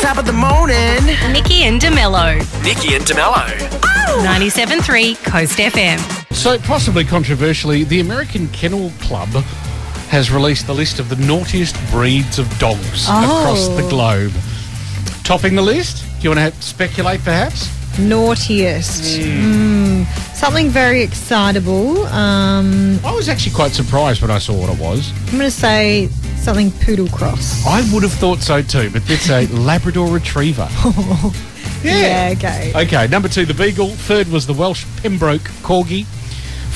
top of the morning. Nikki and DeMello. Nikki and DeMello. 97.3 Coast FM. So, possibly controversially, the American Kennel Club has released the list of the naughtiest breeds of dogs across the globe. Topping the list? Do you want to have, speculate, perhaps? Naughtiest. Mm. Something very excitable. Um, I was actually quite surprised when I saw what it was. I'm going to say something poodle cross. I would have thought so too, but it's a Labrador Retriever. Yeah, okay. Okay, number two, the Beagle. Third was the Welsh Pembroke Corgi.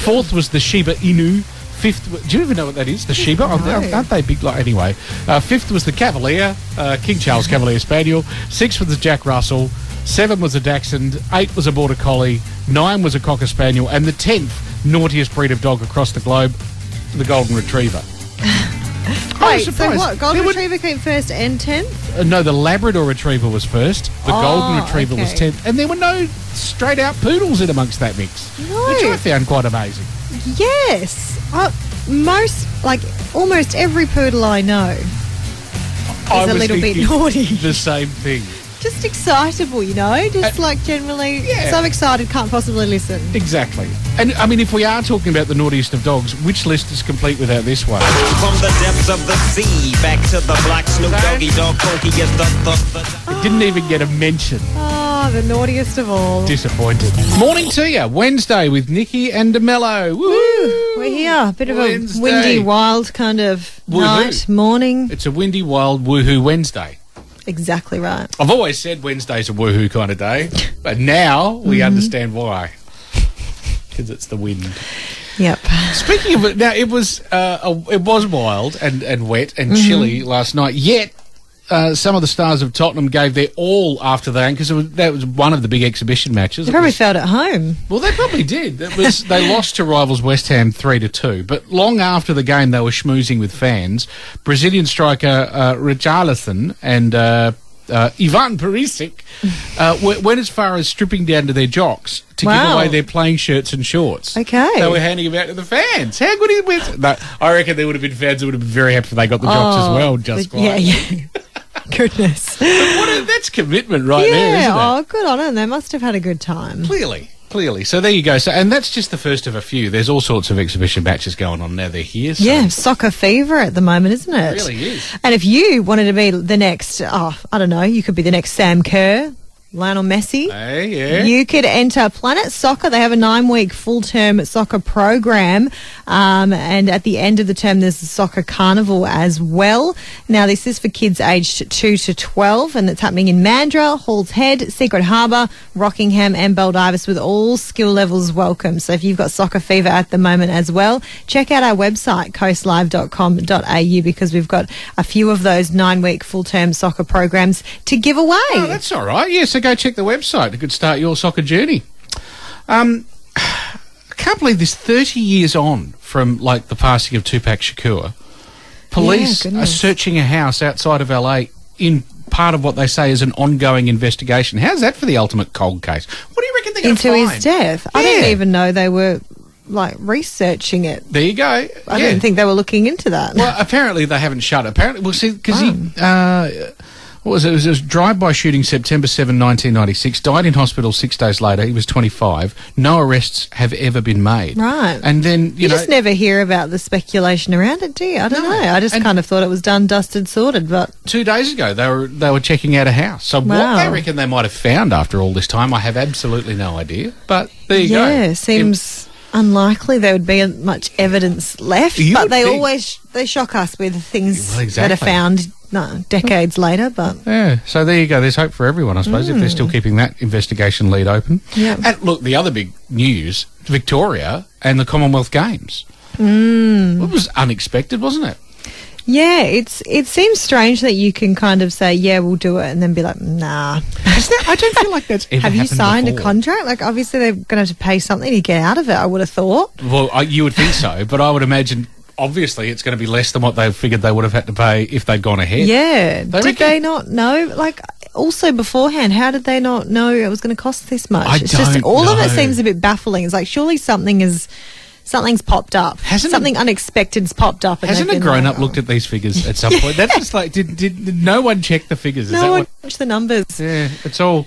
Fourth was the Shiba Inu. Fifth, wa- do you even know what that is? The Shiba? Oh, aren't- Aren't they big? Like, anyway, uh, fifth was the Cavalier, uh, King Charles Cavalier Spaniel. Sixth was the Jack Russell. Seven was a Dachshund. Eight was a Border Collie. Nine was a Cocker Spaniel. And the tenth naughtiest breed of dog across the globe, the Golden Retriever. I was Wait, so surprised. what? Golden There were- Retriever came first and 10th? Uh, no, the Labrador Retriever was first. The Golden Oh, Retriever was okay. tenth, and there were no straight-out poodles in amongst that mix, No. which I found quite amazing. Yes. Uh, most, like almost every poodle I know I is a was little bit thinking naughty. The same thing, Just excitable, you know? Just like generally, Uh, yeah. so I'm excited, can't possibly listen. exactly. And I mean, if we are talking about the naughtiest of dogs, which list is complete without this one? From the depths of the sea, back to the black Snoop Doggy Dog Funky is the the the. It didn't Ah. even get a mention. Oh, the naughtiest of all. Disappointed. Morning to you, Wednesday with Nikki and Demello. Woo! We're here. A bit of Wednesday. a windy, wild kind of Woohoo. night, morning. It's a windy, wild, woohoo Wednesday. Exactly right. I've always said Wednesday's a woohoo kind of day, but now we Mm-hmm. understand why. Because it's the wind. Yep. Speaking of it, now it was uh, a, it was wild and, and wet and chilly last night. Yet uh, some of the stars of Tottenham gave their all after that because that was one of the big exhibition matches. They It probably was- felt at home. well, they probably did. That was they lost to rivals West Ham three to two. But long after the game, they were schmoozing with fans. Brazilian striker uh, Richarlison and uh, uh, Ivan Perisic uh, w- went as far as stripping down to their jocks to give Wow. away their playing shirts and shorts. Okay. they were handing them out to the fans. How good is this? No, I reckon there would have been fans that would have been very happy if they got the jocks as Oh, well. but- Just yeah, like. yeah. Goodness. What a, that's commitment right there, yeah. isn't it? Oh, good on them. They must have had a good time. Clearly, clearly. So there you go. So, and that's just the first of a few. There's all sorts of exhibition matches going on now. They're here. So. Yeah, soccer fever at the moment, isn't it? It really is. And if you wanted to be the next, oh, I don't know, you could be the next Sam Kerr, Lionel Messi. Hey, yeah. You could enter Planet Soccer. They have a nine week full term soccer program. Um, and at the end of the term, there's the soccer carnival as well. Now, this is for kids aged 2 to 12, and it's happening in Mandra, Halls Head, Secret Harbour, Rockingham, and Baldivis with all skill levels welcome. So if you've got soccer fever at the moment as well, check out our website, coastlive.com.au, because we've got a few of those nine week full term soccer programs to give away. Oh, that's all right. Yeah, so go check the website. It could start your soccer journey. Um, I can't believe this. Thirty years on from like the passing of Tupac Shakur, police Yeah, are goodness. searching a house outside of LA in part of what they say is an ongoing investigation. How's that for the ultimate cold case? What do you reckon they're going to into find? his death. I Yeah. didn't even know they were like researching it. There you go. I I didn't think they were looking into that. Well, apparently they haven't shut. it. Apparently, well, see, because Oh. he, uh, what was it? It was, it was drive-by shooting September 7, 1996. Died in hospital six days later. He was 25. No arrests have ever been made. Right. And then, you, You, know, just never hear about the speculation around it, do you? I don't No. know. I just And- kind of thought it was done, dusted, sorted, but two days ago, they were, they were checking out a house. So Wow. what they reckon they might have found after all this time, I have absolutely no idea. But there you go. yeah, Im- seems unlikely there would be much evidence left. You but would they think. always they shock us with things Well, that are exactly. found no, decades later. But Yeah, so there you go. There's hope for everyone, I suppose, if they're still keeping that investigation lead open. Mm. Yeah. And look, the other big news Victoria and the Commonwealth Games. Mm. It was unexpected, wasn't it? yeah, it's it seems strange that you can kind of say yeah we'll do it and then be like nah. Is that, I don't feel like that's ever Have you happened signed a before. contract? Like, obviously, they're going to have to pay something to get out of it, I would have thought. Well, I, you would think so, but I would imagine, obviously, it's going to be less than what they figured they would have had to pay if they'd gone ahead. Yeah. did reckon- they not know? Like, also beforehand, how did they not know it was going to cost this much? I it's don't just all of it know. seems a bit baffling. It's like, surely something is. Something's popped up. Hasn't it- Something unexpected's popped up. and Hasn't they've a been grown like, up looked at these figures at some point? That's just like, did, did, did no one check the figures? Is No that one what- Watch the numbers. Yeah, it's all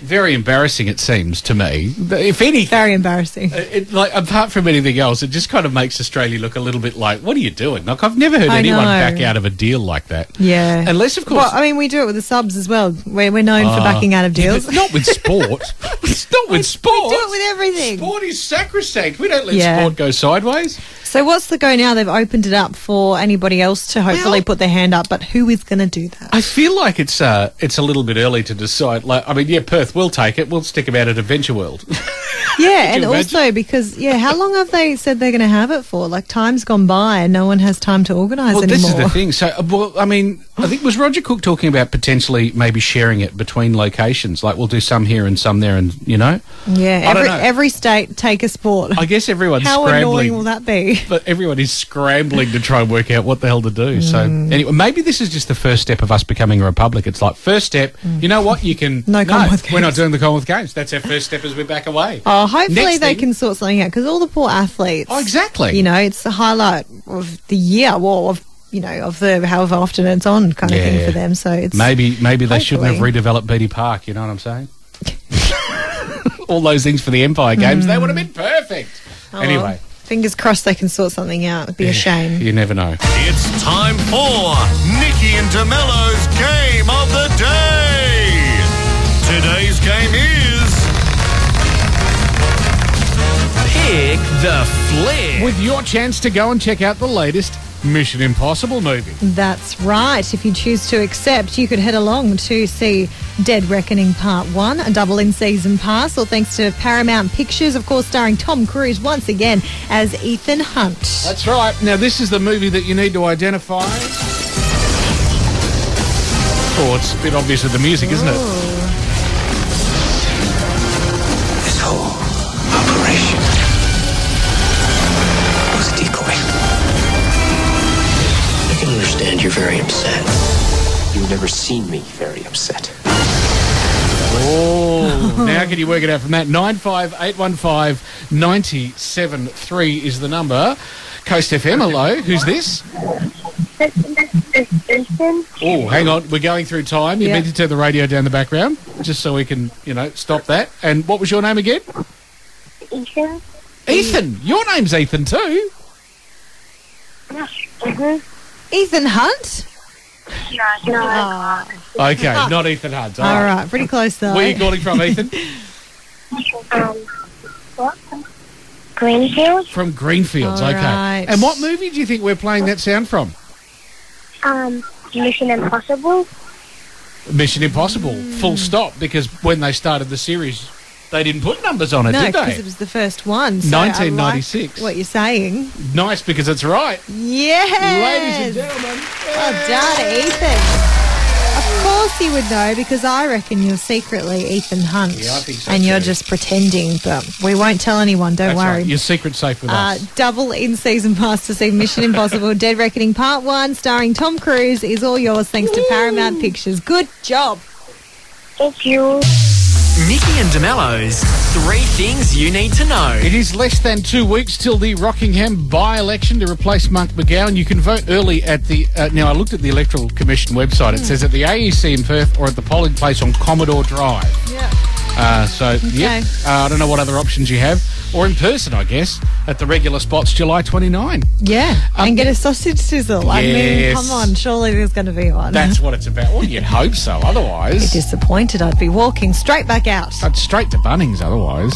very embarrassing, it seems to me. But if anything, Very embarrassing. it, like apart from anything else, it just kind of makes Australia look a little bit like, what are you doing? Like I've never heard I anyone know. back out of a deal like that. Yeah. unless of course. Well, I mean, we do it with the subs as well. We're, we're known Ah. for backing out of Yeah, deals. but not with sport. it's not with sport. do it with everything. Sport is sacrosanct. We don't let Yeah. sport go sideways. So what's the go now? They've opened it up for anybody else to hopefully Well- put their hand up, but who is going to do that? I feel like it's uh, it's a little bit early to decide. Like, I mean, yeah, Perth will take it. We'll stick them out at Adventure World. Yeah, and you imagine? also because yeah, how long have they said they're going to have it for? Like time's gone by, and no one has time to organise well, anymore. this is the thing. So, uh, well, I mean, I think was Roger Cook talking about potentially maybe sharing it between locations. Like, we'll do some here and some there, and you know, Yeah, I don't every, know. every state take a sport. I guess everyone's how scrambling. annoying will that be? but everyone is scrambling to try and work out what the hell to do. So Mm. anyway, maybe this is just the first step of us becoming a republic. It's like first step. You know what? You can Mm. No Commonwealth We're not Games. doing the Commonwealth Games. That's our first step as we're back away. Oh, hopefully Next they thing- can sort something out because all the poor athletes. Oh, exactly. You know, it's the highlight of the year. Well, of you know, of the however often it's on kind of thing Yeah. for them. So it's Maybe maybe they shouldn't have Hopefully. redeveloped Beatty Park. You know what I'm saying? All those things for the Empire Games, they would have been perfect. Oh, well, anyway, fingers crossed they can sort something out. It'd be a shame. you never know. It's time for Nikki and DeMello's Game of the Day. Today's game is Pick the flick. With your chance to go and check out the latest Mission Impossible movie. That's right. If you choose to accept, you could head along to see Dead Reckoning Part 1, a double in season pass, or thanks to Paramount Pictures, of course, starring Tom Cruise once again as Ethan Hunt. That's right. Now, this is the movie that you need to identify. Oh, it's a bit obvious with the music, isn't it? This whole operation was a decoy. I can understand you're very upset. You've never seen me very upset. Oh, now can you work it out from that? 95815 973 is the number. Coast FM, hello. Who's this? Oh, hang on. We're going through time. You Yeah. meant to turn the radio down the background just so we can, you know, stop that. And what was your name again? Ethan? Ethan. Your name's Ethan, too. Mm-hmm. Ethan Hunt? No. no. Ah, Okay, not Ethan Hunt. all right, pretty close though. Where are you calling from, Ethan? Um, what? Greenfield? From Greenfields, All okay. right. And what movie do you think we're playing that sound from? Um, Mission Impossible? Mission Impossible, full Hmm. stop, because when they started the series, they didn't put numbers on it, no, did because they? it was the first one. So I like 1996. what you're saying. nice, because it's right. Yes! Ladies and gentlemen. Well done, Ethan. Of course you would know because I reckon you're secretly Ethan Hunt. Yeah, I think so And you're too. just pretending, but we won't tell anyone, don't That's worry. right. Your secret's safe with Uh, us. double in season pass to see Mission Impossible Dead Reckoning Part 1, starring Tom Cruise, is all yours thanks to Paramount Pictures. Good job. Thank you. Nikki and DeMello's Three Things You Need to Know. It is less than two weeks till the Rockingham by-election to replace Mark McGowan. You can vote early at the. Uh, now I looked at the Electoral Commission website. Hmm. It says at the AEC in Perth or at the polling place on Commodore Drive. Yeah. Uh, so yeah, Okay. uh, I don't know what other options you have, or in person, I guess, at the regular spots, July 29. Yeah. Um, and get a sausage sizzle. I mean, Yes. come on, surely there's going to be one. That's what it's about. Well, you'd hope so. Otherwise, Disappointed, I'd be walking straight back out. I'd straight to Bunnings. Otherwise,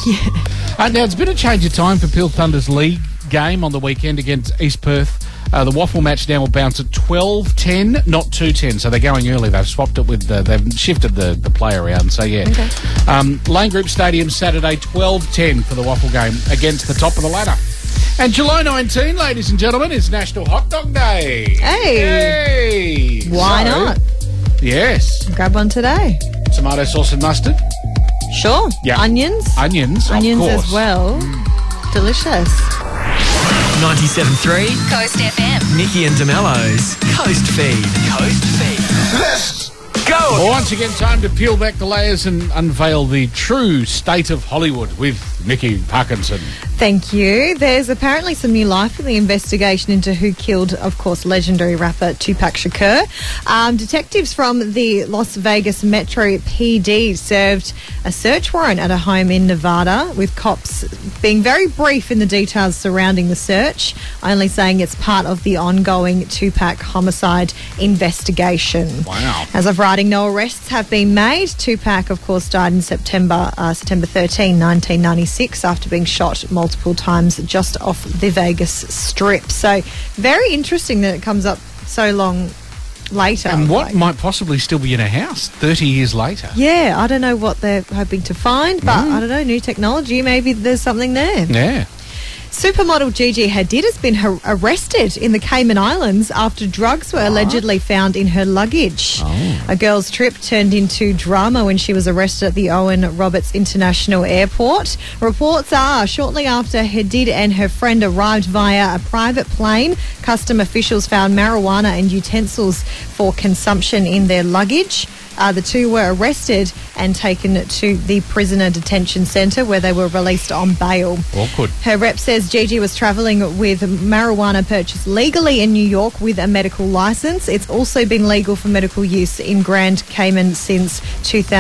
uh, now it's been a change of time for Peel Thunder's league game on the weekend against East Perth. Uh, the waffle match now will bounce at 12.10, not 2.10. So they're going early. They've swapped it with, the, they've shifted the, the play around. So, yeah. Um, Lane Group Stadium, Saturday, 12.10 for the waffle game against the top of the ladder. And July 19, ladies and gentlemen, is National Hot Dog Day. Hey. Hey. Why So, not? Yes. Grab one today. Tomato sauce and mustard. Sure. Yeah. Onions. Onions, of Onions course. as well. Delicious. 97.3, Coast FM. Nikki and DeMello's Coast Feed. Coast Feed. Let's Go. go. Well, once again, time to peel back the layers and unveil the true state of Hollywood with Nikki Parkinson. Thank you. There's apparently some new life in the investigation into who killed, of course, legendary rapper Tupac Shakur. Um, detectives from the Las Vegas Metro PD served a search warrant at a home in Nevada, with cops being very brief in the details surrounding the search, only saying it's part of the ongoing Tupac homicide investigation. Wow. As of writing, no arrests have been made. Tupac, of course, died in September, uh, September 13, 1996, after being shot multiple times just off the Vegas Strip. So, very interesting that it comes up so long later. And what Like, might possibly still be in a house 30 years later? yeah, I don't know what they're hoping to find, but Mm. I don't know, new technology, maybe there's something there. Yeah. Supermodel Gigi Hadid has been har- arrested in the Cayman Islands after drugs were allegedly found in her luggage. A girl's trip turned into drama when she was arrested at the Owen Roberts International Airport. Reports are shortly after Hadid and her friend arrived via a private plane, custom officials found marijuana and utensils for consumption in their luggage. Uh, the two were arrested and taken to the prisoner detention centre where they were released on bail. Awkward. Her rep says Gigi was travelling with marijuana purchased legally in New York with a medical license. It's also been legal for medical use in Grand Cayman since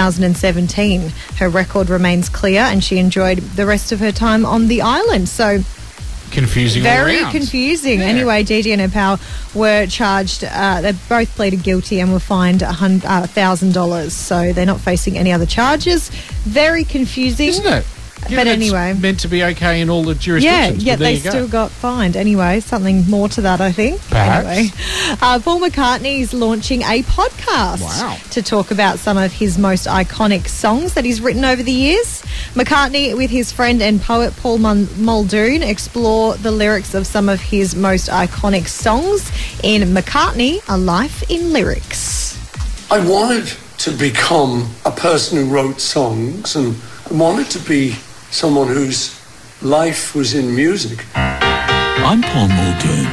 2017. Her record remains clear and she enjoyed the rest of her time on the island. So, Confusing very all around. confusing. Yeah. Anyway, Gigi and her pal were charged. Uh, they both pleaded guilty and were fined a hun- uh, $1,000. So, they're not facing any other charges. Very confusing. Isn't it? But it's anyway. meant to be okay in all the Yeah, jurisdictions. yet but there they you go. still got fined. Anyway, something more to that, I think. Perhaps. Anyway, uh, Paul McCartney is launching a podcast Wow. to talk about some of his most iconic songs that he's written over the years. McCartney, with his friend and poet Paul Mun- Muldoon, explore the lyrics of some of his most iconic songs in McCartney, A Life in Lyrics. I wanted to become a person who wrote songs and I wanted to be someone whose life was in music. I'm Paul Muldoon,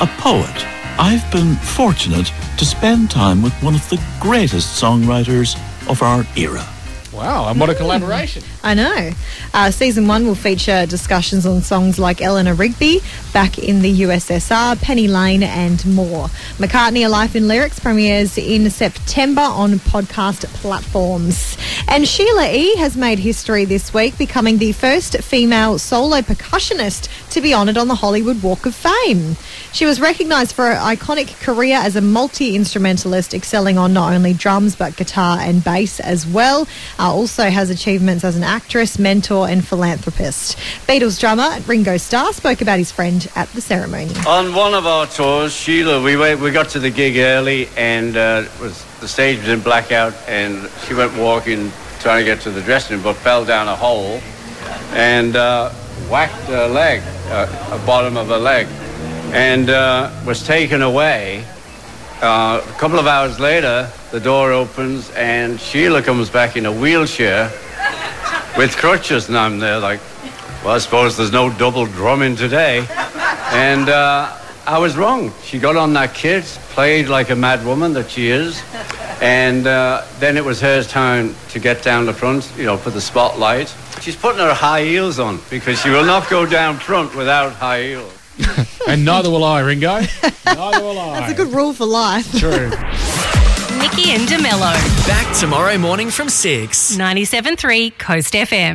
a poet. I've been fortunate to spend time with one of the greatest songwriters of our era. Wow, and what a collaboration. I know. Uh, season one will feature discussions on songs like Eleanor Rigby, Back in the USSR, Penny Lane, and more. McCartney A Life in Lyrics premieres in September on podcast platforms. And Sheila E. has made history this week, becoming the first female solo percussionist to be honoured on the Hollywood Walk of Fame. She was recognised for her iconic career as a multi instrumentalist, excelling on not only drums but guitar and bass as well. Uh, also has achievements as an actress, mentor, and philanthropist. Beatles drummer Ringo Starr spoke about his friend at the ceremony. On one of our tours, Sheila, we went, we got to the gig early, and uh, it was the stage was in blackout, and she went walking, trying to get to the dressing room, but fell down a hole, and uh, whacked her leg, uh, the bottom of her leg, and uh, was taken away. Uh, a couple of hours later, the door opens, and Sheila comes back in a wheelchair with crutches, and I'm there like, well, I suppose there's no double drumming today. And uh, I was wrong. She got on that kid, played like a mad woman that she is, and uh, then it was her time to get down the front, you know, for the spotlight. She's putting her high heels on because she will not go down front without high heels. and neither will I, Ringo. neither will I. That's a good rule for life. True. Nikki and DeMello. Back tomorrow morning from 6. 97.3 Coast FM.